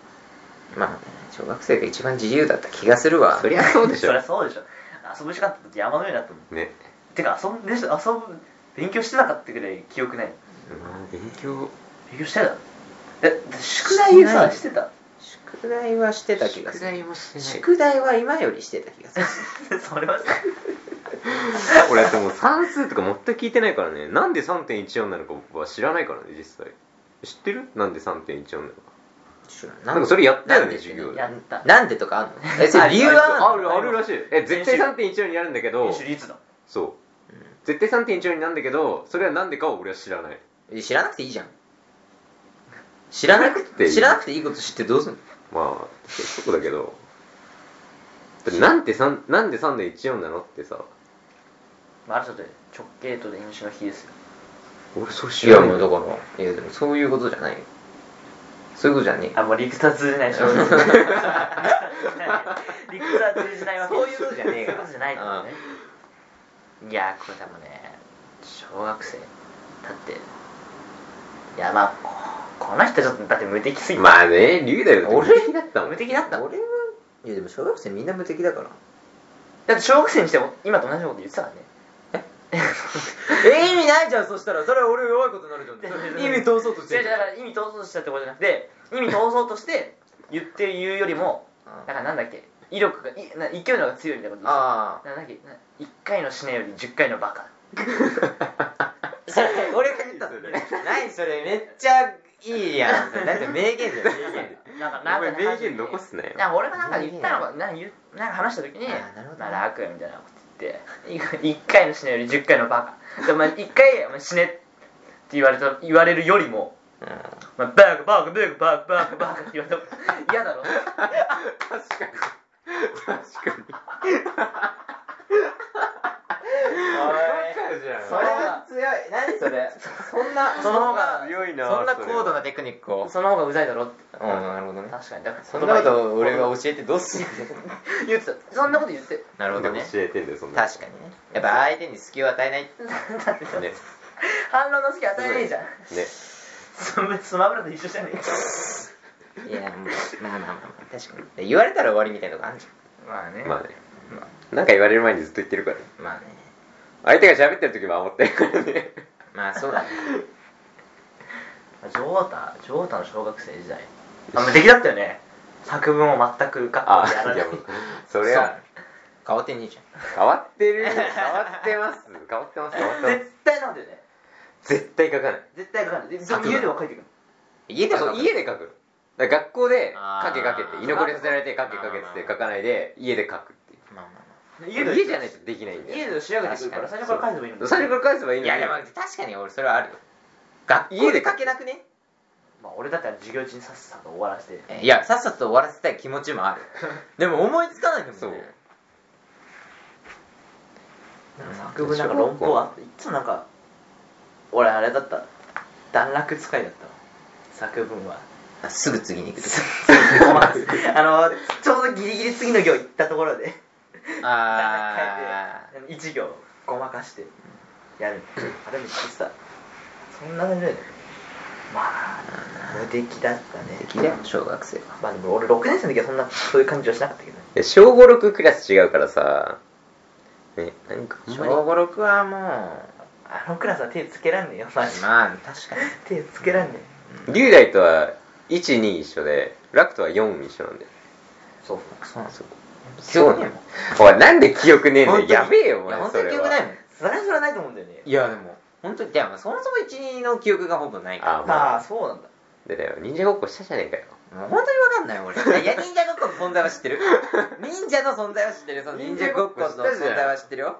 S1: まあね、小学生が一番自由だった気がするわ。
S3: そりゃそうでし
S2: そりゃ
S3: ょ
S2: そうでしょ遊ぶ時間って山のようになったもん
S3: ね
S2: てか遊んでし遊ぶ勉強してなかったぐらい記憶ない
S3: まあ勉強
S2: 勉強してたえ宿題
S1: してな
S2: さ
S1: い
S2: してた
S1: 宿題はしてた気がする。
S3: 宿題もしてない
S1: 宿題は今よりしてた気がす る。
S2: それはさ
S3: 俺だってもう算数とか全く聞いてないからねなんで3.14なのか僕は知らないからね実際知ってるなんで3.14なのかなんかそれやったよね授業 で
S2: やった
S1: なんでとかあんのえ、それ理由は
S3: あ
S1: あんの
S3: るあるらしいえ絶対3.14になるんだけど
S2: 練習率だ
S3: そう絶対3.14になるんだけどそれはなんでかを俺は知らない
S1: え知らなくていいじゃん。知らなく
S3: てい
S1: て
S3: い
S1: 知らなくていいこと知ってどうすんの
S3: まあそうだけどだってなんて3なんで3.14なのってさ
S2: まあ、ある人で直径と練習の比ですよ
S3: 俺そう知
S1: いや
S3: らない
S1: もうだから、いやでもそういうことじゃないよ。そういうことじゃねえ
S2: あ、
S1: よ。
S2: もう理屈は通じない 小説。理屈は通じないわけ
S1: そういうことじゃねえ
S2: そういう
S1: か
S2: ことじゃないからね。いやー、これ多分ね、小学生。だって、いや、まあ、ここの人ちょっと、だって無敵すぎて。
S3: まあね龍大だって
S1: 俺
S3: 無敵だったもん
S2: 無敵だったもん。
S1: 俺は、いやでも小学生みんな無敵だから。
S2: だって小学生にしても、今と同じこと言ってたからね。
S1: え、意味ないじゃん、そしたら。それは俺弱いことになるじゃん。意味通そうとして
S2: 違う違
S1: る
S2: う
S1: じゃ
S2: だ
S1: ん
S2: から意味通そうとしたってことじゃなくて、意味通そうとして言ってる言うよりも、だからなんだっけ、威力が、いな勢いの方が強いみたいなこと言ってた
S1: あ
S2: なんだっけ、な1回の死ねより10回のバカ。
S1: あ。それ、俺が言ったの。何それ、めっちゃいいやん。それだって名言じゃん、名言。
S2: なんか、
S3: お
S2: なん
S3: 前
S2: か
S3: 名言残すなよ
S2: なんか俺がなんか言ったのか、なんか言うなんか話した時に、
S1: あーなるほど
S2: まあ、楽みたいなこと言って、1回の死ねより10回のバカ。で、まあ、1回お前死ねって言われた言われるよりも、まあ、バカバカバカバカバカバカって言われた嫌だろ。
S3: 確かに確かにバカじゃん
S1: それは強い。何それ。そんな、
S2: その方が
S3: 強いな
S1: そんな
S3: それ
S1: 高度なテクニックを。
S2: その方がうざいだろって。
S1: うん、なるほどね。
S2: 確かに。だから
S1: そんなこと
S2: 言
S1: 俺が教えてどうすんの
S2: 言ってた。そんなこと言って。
S1: なるほどね。
S3: 教えてんだよそんな
S1: 確かにね。やっぱ相手に隙を与えないって。
S2: だって
S3: ね
S2: 反論の好き与えねえじゃん。
S3: ね
S2: スマスマブラと一緒じゃねえか。
S1: いや、もう、まあまあまあ、確かに。で言われたら終わりみたいなとこあるじ
S2: まあね
S3: まあねなんか言われる前にずっと言ってるからね
S1: ゃん。まあね。
S3: 相手が喋ってる時も守ってるからね
S1: まあそうだね。
S2: ジョータ、ジョータの小学生時代。あ、無敵だったよね。作文を全く受か
S3: あ
S2: ってやら
S3: い
S2: な
S3: や
S2: い
S3: も。うそれは
S1: 顔手にいいじゃん。
S3: 変わってる変わってます変わってます変わってます
S2: 絶対なんだよね。
S3: 絶対書かない
S2: 絶対書かない。でで
S1: 作
S2: も
S1: 文
S2: 家では書いてくる。
S1: 家で
S3: あそう家で書くのだから学校で
S1: あー
S3: 書け書けって居残りさせられて書け書けっつって書かないで家で書くっていう
S1: まあまあ
S3: 家
S2: で
S3: じゃないとできないんだよ
S2: 家で仕上げてくるから最初から書いてもいいの
S3: そう最初から返せばいい
S1: まあ。い
S3: の
S1: や
S3: に
S1: でも確かに俺それはあるよ。学
S3: 家
S1: 校
S3: で
S1: で
S3: 書く
S1: 書けなくね
S2: まあ俺だったら授業中にさっさと終わらせて。
S1: いや、さっさと終わらせたい気持ちもある。でも思いつかないんだもんね。
S3: そう
S2: 作文なんか論法あって、いつもなんか、俺あれだった。段落使いだったわ。作文は。
S1: あすぐ次に行く。
S2: あの、ちょうどギリギリ次の行行ったところで。
S1: あ
S2: 書いて1行ごまかしてやるあれも言ってたそんな感じだよねまあ無敵だったね
S1: ー。できるよ小学生は。
S2: まあでも俺6年生の時はそんなそういう感じはしなかったけどね
S3: え小5、6クラス違うからさ、ね、なんかあんまり
S1: 小五六はもう、
S2: あのクラスは手つけらんねえよマジ
S1: まあ確かに。
S2: 手つけらんねえ
S3: 龍大とは1、2一緒で、ラクとは4一緒なんだよ。
S2: そう
S1: そうなんですよ。
S3: そうなのおい、なんで記憶ねえんだ
S1: 本当
S3: よ。
S1: に
S3: やべえよ、お
S1: いや
S3: 前、
S1: 本
S3: そ
S1: 当に
S3: れ
S1: 記憶ない
S3: は。
S1: もん。
S2: それはそれはないと思うんだよね
S1: いやでも、本当に、いやまあそもそも一二の記憶がほぼないから。
S3: あ、まあ。
S2: ああそうなんだ
S3: でだよ、忍者ごっこしたじゃねえかよ。
S1: もう本当にわかんない俺。いや、忍者ごっこの存在は知ってる。忍者の存在は知ってる。その忍者ごっこの存在は知ってるよ。あ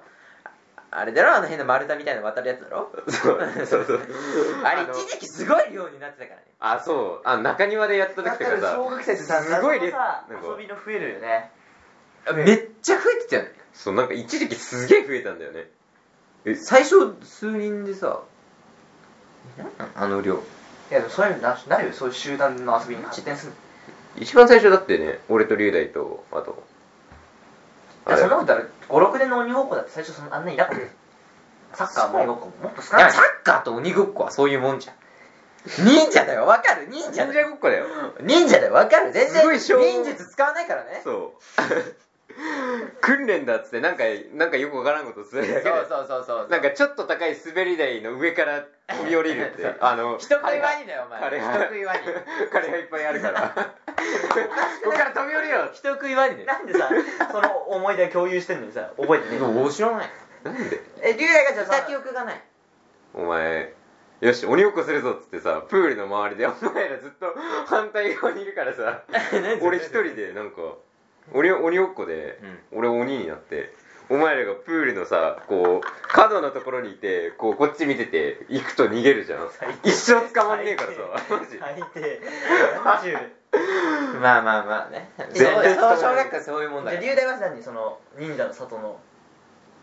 S1: あれだろあの変な丸太みたいなの渡るやつだろ
S3: そう、そうそう。
S1: あれ一時期すごい量になってたからね。
S3: あ、そう。あ、中庭でやった時とか
S2: 小
S3: さ、
S2: 学生ってさ
S3: すごい
S2: 謎のさ
S3: なんか
S2: 遊びの増えるよね
S1: あめっちゃ増えてたよね。
S3: そう、なんか一時期すげえ増えたんだよね。
S1: 最初数人でさ、なんなんあの量。
S2: いやでもそういうのななるよそういう集団の遊びに発展する
S3: 一番最初だってね、俺と龍大と、あと、
S2: だからそんなことある56年の鬼ごっこだって最初そんなあんないなかったサッカーも鬼ごっこももっと少
S1: だか
S2: ない
S1: らサッカーと鬼ごっこはそういうもんじゃん。忍者だよ、わかる忍者
S3: 忍
S1: だよ。
S3: 者ごっこだよ
S1: 忍者だよ、わかる全
S3: すごい勝負
S1: 然、忍術使わないからね。
S3: そう 訓練だっつってなんかなんかよくわからんことするだけで
S1: そうそうそうそう。
S3: なんかちょっと高い滑り台の上から飛び降りるっ
S1: そ
S3: て
S1: う
S3: あの
S1: 人食いワニだよ、お前。
S3: 彼が
S1: 人食い ワニ。
S3: 彼がいっぱいあるからここから飛び降りろ
S1: 人食いワニだよ。
S2: なんでさその思い出共有してんのにさ覚えてねえの
S1: 俺知らない。
S3: なんで
S1: え、龍大が
S2: が
S1: い
S2: い
S1: た
S2: た
S1: 記
S2: 記
S1: 憶がない。
S3: お前よし鬼ごっこするぞっつってさプールの周りでお前らずっと反対側にいるから さ俺一人でなんか鬼鬼ごっこで、俺鬼になってお前らがプールのさこう角のところにいてこうこっち見てて行くと逃げるじゃん
S2: 最低
S3: 一生捕まんねえからさマジ
S2: 最低 最低
S1: まあまあまあね。
S2: 全然
S1: そうだよ
S3: 使わない
S1: 小学校はそういうもんだ
S2: じゃ
S1: か
S2: あ
S1: ら。
S2: 龍大は何その忍者の里の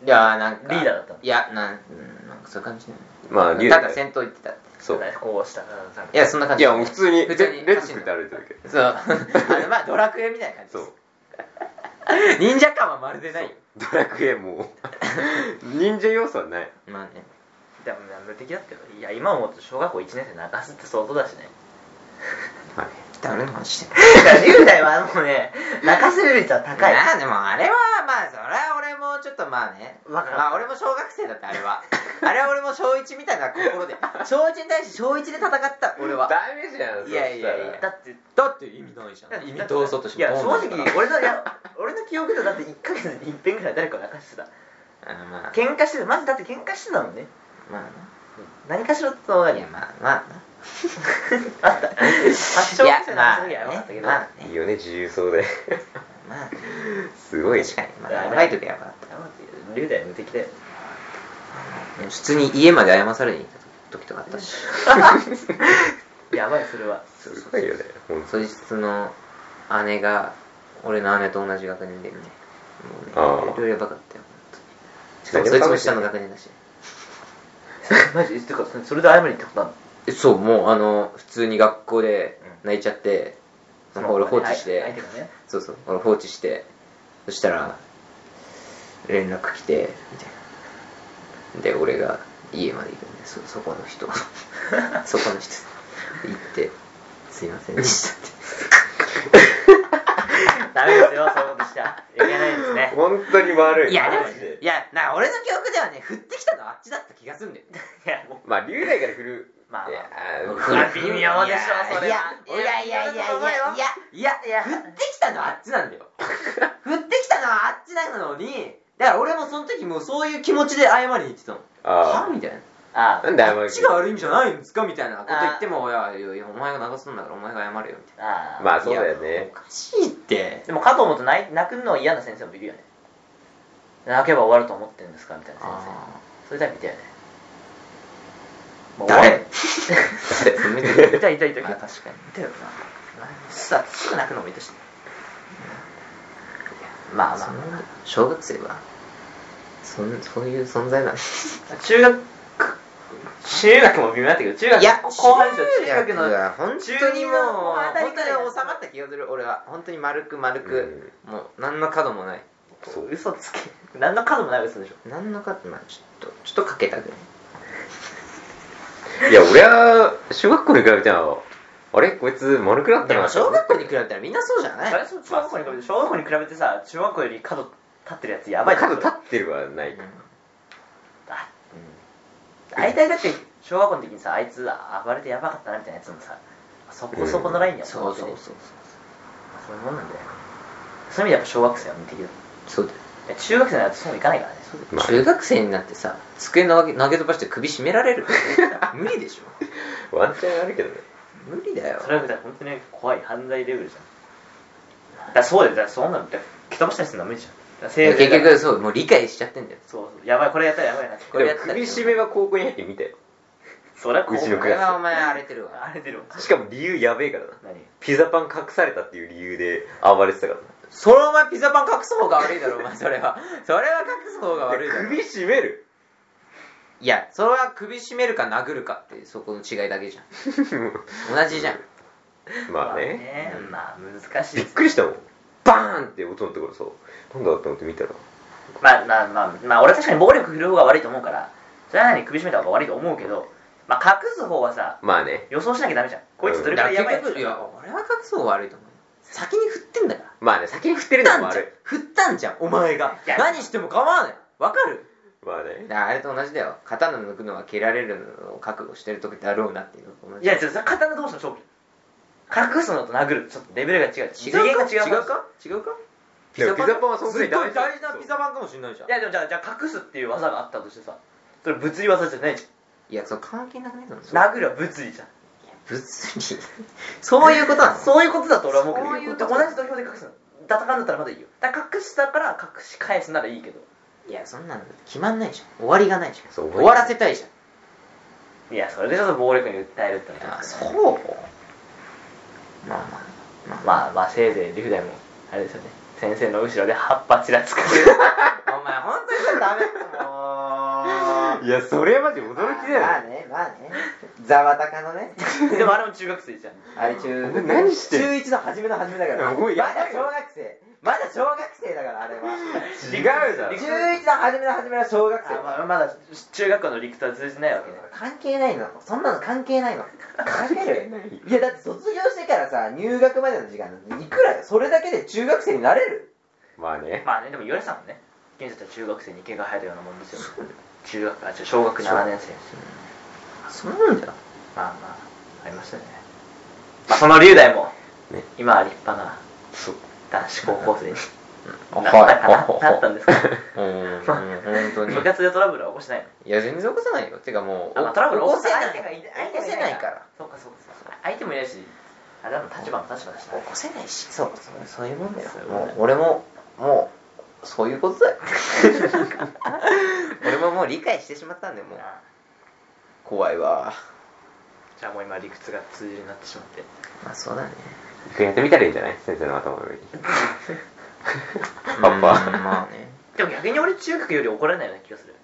S1: いやーなんか
S2: リーダーだったの
S1: いやなん,、うん、なんかそういう感じだよね
S3: まあ龍
S1: ただ戦闘行ってたって
S3: そう
S2: こうしたからさ
S1: いやそんな感
S3: い
S1: じ
S3: やもう普通に
S1: 普通に
S3: レレッツ食って歩いてるけど
S1: そう あのまあドラクエみたいな感じ
S3: そう
S1: 忍者感はまるでないよ
S3: ドラクエも う忍者要素はない
S1: まあね
S2: でもね無敵だったけどいや今思うと小学校1年生泣かすって相当だしね
S3: はい
S1: 誰の話してんの
S2: だから龍大はもうね泣かせる率は高い
S1: まあでもあれはまあそれは俺もちょっとまあね
S2: わかる
S1: まあ俺も小学生だってあれはあれは俺も小1みたいな心で小1に対して小1で戦った俺は
S3: ダメじゃん
S1: いやいやいや
S2: だって
S1: だって意味ないじ
S2: だって
S1: 意味通そうとして
S2: いや
S1: も
S2: 正
S1: どう
S2: 直
S1: なんだろう
S2: 俺のいや 俺の記憶でだって1ヶ月に1遍ぐらい誰か泣かしてた
S1: あのまあ
S2: 喧嘩してたマジだって喧嘩してたもん ね
S1: まあ
S2: 何かしらと
S1: ないやまあまあな
S2: あった発症
S1: いや
S2: 者
S1: まあ
S2: の
S1: ね
S2: 時は分かったけど
S1: まあ
S3: い
S1: ね
S3: いよね自由そうで
S1: まあね
S3: すごいね
S1: 確かにまあ若い時はやばかっ
S2: 龍大は無敵だよ
S1: た普通に家まで謝されに行った時とかあったし
S2: やばいそれは
S3: すごいよね本当
S1: そ
S3: に
S1: いつの姉が俺の姉と同じ学年でねもう
S3: あ
S1: ね
S3: あ
S1: いろいろやばかったよしか
S3: 何
S1: も
S3: も
S1: そいつも下の学年だし
S2: マジってかそれで謝りに行ったことあるの
S1: えそうもうあの普通に学校で泣いちゃって、
S2: そ
S1: なん
S2: の
S1: か俺放置して、
S2: 相手がね
S1: そうそう俺放置してそしたら連絡来てみたいなで俺が家まで行くんでそそこの 人そこの人行ってすいませんでしたっ
S2: ダメですよそういうことしちゃいけないです ね
S3: 本当に悪
S1: て
S3: い
S1: いやでも
S3: マジで
S1: いやな俺の記憶ではね振ってきたのはあっちだった気がするんだよ
S2: いやもう
S3: まあ龍大から振る
S2: まあ
S3: いやー
S2: それは微妙でしょそれ
S1: いや
S2: はい
S1: やいやいやいやいやいやいや降ってきたのはあっちなんだよ降ってきたのはあっちなのにだから俺もその時もうそういう気持ちで謝りに行ってたのは
S3: あ
S1: みたいな
S2: あ
S3: あなんで謝
S1: あっ
S3: る
S1: ちが悪いんじゃないんですかみたいなこと言ってもいやいやいやお前が流すんだからお前が謝れよみたい
S2: あ
S3: まあ
S1: な
S3: そうだよね
S1: いやおかしいって
S2: でもかと思うと泣い泣くのは嫌な先生もいるよね泣けば終わると思ってるんですかみたいな先生
S1: あ
S2: そういうタイプいたよね
S1: ー誰
S2: 誰いたいたいたい
S1: あ
S2: た
S1: 確かに
S2: だよなさすぐ泣くのもいたしまあま
S1: そ
S2: あ
S1: んな小学生はそんそういう存在なんです
S2: 中学中学も微妙だったけど中学後半でしょ中学の
S1: は本当にもう
S2: 中学の
S1: 本当に収まった気がする俺は本当に丸く丸く、もう何の角もない
S3: そう
S2: 嘘つけ何の数もない嘘でしょ
S1: 何の角もないちょっとちょっとかけたぐらい
S3: いや俺は小学校に比べてはあれこいつ丸くなった
S1: で
S3: な
S1: も小学校に比べたらみんなそうじゃない
S2: あれそう小学校に比べて小学校に比べてさ中学校より角立ってるやつや
S3: ま
S2: ば
S3: あ
S2: い
S3: 角立
S2: っ
S3: ってるはないか
S2: 大体だって小学校の時にさあいつ暴れてやばかったなみたいなやつもさそこそこのラインや
S1: そ
S2: も
S1: うんそうそう
S2: そ
S1: そう
S2: ういうもんなんだよそういう意味でやっぱ小学生は無敵だい
S1: そうだよ
S2: や中学生のやつそうもいかないからね
S3: まあ
S1: 中学生になってさ机投げ投げ飛ばして首絞められる無理でしょ
S3: ワンチャンあるけどね
S1: 無理だよ
S2: それは本当に怖い犯罪レベルじゃんだからそうだよだからそんなのって蹴飛ばしたりするのは無理じゃんだからせいぜい
S1: 結局そうもう理解しちゃってんだよ
S2: そうそうやばいこれやったらやばいなって
S1: これや
S3: でも
S1: ったら
S3: 首絞めは高校に入って見たよ
S2: そりゃ
S3: うちの
S1: こ
S3: ク
S1: れ
S3: ラス
S1: はお前荒れてるわ
S2: あれ出るわ
S3: しかも理由やべえからな
S2: 何
S3: ピザパン隠されたっていう理由で暴れてたからな
S1: それお前ピザパン隠す方が悪いだろお前そ れはそれは隠す方が悪いだろ
S3: 首絞める
S1: いやそれは首絞めるか殴るかってそこの違いだけじゃん同じじゃん
S3: まあね
S2: まあ難しい
S3: び
S2: で
S3: っ
S2: す
S3: くりしたもんバーンって音のところそうなんだと思って見たら
S2: まあまあまあ、まあ、俺は確かに暴力振るう方が悪いと思うから、それなりに首絞めた方が悪いと思うけど、まあ隠す方はさ、
S3: まあね
S2: 予想しなきゃダメじゃん。こいつどれ
S1: だ
S2: く
S1: から
S2: い
S1: ら
S2: やばいや
S1: 結
S2: つ
S1: 局いや俺は隠す方が悪いと思うよ先に振ってんだから
S3: まあね先に振ってるのも悪い
S1: 振ったんじゃんお前が
S2: いや
S1: 何しても構わないわかる
S3: まあね
S1: だからあれと同じだよ刀抜くのは蹴られるのを覚悟してる時だろうなっていうのと同
S2: い
S1: じ
S2: や、それ刀同士の勝負。隠すのと殴る、ちょっとレベルが違う。次元が違う。
S1: 違うか違うか
S3: でもピザパンはそん
S1: す
S3: くら
S1: っ
S3: い
S1: ごい
S3: 大事
S1: 大事なピザパンかもしれないじゃん
S2: いや、でもじゃあ、じゃあ隠すっていう技があったとしてさ、それ物理技じゃないじ
S1: いやそう関係なくないと思う
S2: ゃん。殴るは物理じゃん。
S1: 物理 そういうことなの
S2: そういうことだと俺は思うけど、
S1: そういうこと
S2: 同じ土俵で隠すの。だたかんだったらまだいいよ。だから隠したから隠し返すならいいけど。
S1: いやそんなの決まんないじゃん終わりがないじゃん
S3: そう
S1: 終わらせたいじゃん
S2: いや、それでちょっと暴力に訴えるってのは
S1: あそうまあまあまあ
S2: まあまあせいぜいリフダイもあれですよね先生の後ろで葉っぱちらつく
S1: お前本当にそれダメもう
S3: いやそれはマジ驚きだよ
S1: まあねまあねザワタカの ね
S2: でもあれも中学生じゃん
S1: あれ中
S3: お前何してんの
S1: 中1の初めの初めだから
S3: いや
S1: ま
S3: も
S1: だ
S3: うやばいよ
S1: 小学生まだ小学生だからあれは
S3: 違うだろ
S1: 中1の初めの初めの小学生
S2: まあまだ中学校の理屈は通じないわけね
S1: 関係ないのそんなの関係ないの関係ないいやだって卒業してからさ入学までの時間なんていくらよそれだけで中学生になれる
S3: まあね
S2: まあねでも言われてたもんね現在は中学生に毛が生えるようなもんですよ中学あ違う小学7年生
S1: そんなんだよ
S2: まあまあありましたね、まあ、その龍大も、
S3: ね
S2: 今は立派な
S3: そう
S2: 男子高校生に
S1: あ
S2: なったか な
S1: はい
S2: なったんですか
S1: うーん本当 に
S2: 部活でトラブルは起こしてないの
S1: いや全然起こさないよてかもう
S2: あまあトラブル
S1: 起こせない
S2: 相手がいない
S1: 起こせないから
S2: そうかそうかそうか相手もいないしあれはもう立場も立場だしな
S1: 起こせないしそうそうそういうもんだよ
S2: そういうもん
S1: も
S2: だ
S1: う
S2: よ
S1: 俺ももうそういうことだ よ俺ももう理解してしまったんでもう怖いわ
S2: じゃあもう今理屈が通じるようになってしまって
S1: まあそうだね
S3: 一回やってみたらいいんじゃない先生の頭の上にパパ
S1: うんまあね
S2: でも逆に俺中学より怒られないような気がする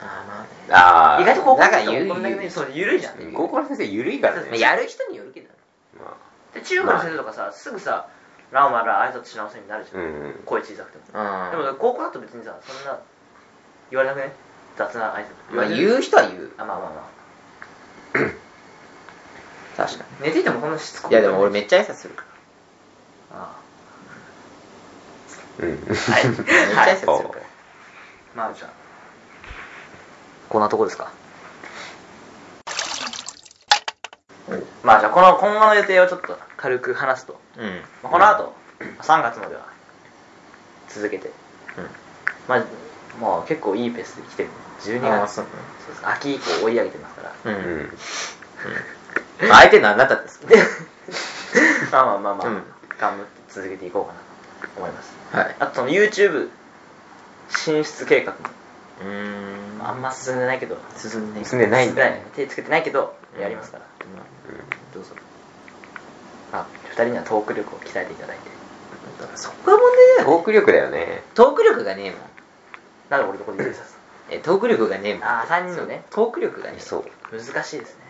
S1: あーまあね
S3: ああ
S2: 意外と高校
S1: なんか
S2: 生
S1: ゆる
S2: と怒らない
S1: ゆる
S2: そう緩いじゃんで
S3: 高校の先生緩いから
S1: まあ
S3: ね
S1: やる人によるけどね
S3: ま
S2: 中学の先生とかさすぐさ「ラーマラ挨拶し直せ」になるじ
S3: あ
S2: ゃ
S3: うんん
S2: 声小さくても
S1: うん
S2: でも高校だと別にさそんな言われなくね雑な挨拶
S1: まあ
S2: う
S1: 言う人は言う
S2: あまあまあま
S1: 確かに
S2: あ寝ててもそんなしつこく
S1: いやでも俺めっちゃ挨拶するから
S2: あ
S3: うん
S2: あはい
S1: めっちゃ挨拶する
S2: はい
S1: から
S2: まあじゃあこんなとこですかまあじゃあこの今後の予定をちょっと軽く話すと、
S1: うん
S2: まあ、この後、3月までは続けてまあもう結構いいペースで来てる12
S1: あー
S2: 月
S1: そうね
S2: そうです秋以降追い上げてますから
S1: うん
S3: う
S1: うん
S3: ん
S1: 相手のあなたです
S2: で まあまあまあまあ、
S1: うん
S2: 頑張って続けていこうかなと思います
S1: はい
S2: あとその YouTube 進出計画も
S1: うーん
S2: あんま進んでないけど
S1: 進んで
S3: 進んでないんだ
S2: ない手つけてないけどやりますから、
S1: どうぞ
S2: まあ、2人にはトーク力を鍛えていただいて
S1: そこが問題だよ
S3: トーク力だよね
S1: トーク力がねえもん
S2: なんで俺のこと言うさす
S1: えトーク力がねえもん
S2: ああ3人のね
S1: トーク力がねえ
S3: そう
S2: 難しいですね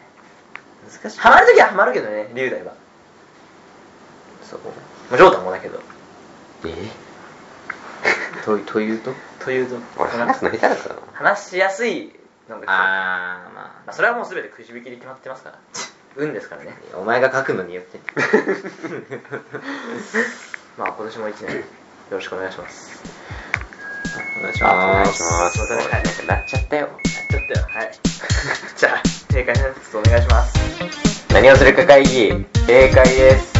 S1: 難しい
S2: ハマるときはハマるけどね龍大はも
S1: そう
S2: うジョータもだけど
S3: え
S1: とというと
S2: というと
S3: 俺話すの下手だったの
S2: 話しやすいのが
S1: ああま
S2: まあそれはもう全てくじ引きで決まってますから運ですからね
S1: あお前が書くのによって
S2: まあ今年も1年よろしくお願いします
S1: お願いし
S3: お願いします
S2: お願いします
S3: なっちゃったよ
S2: ちょっとよはい じゃあ正解のやつお願いします
S3: 何をするか会議正解です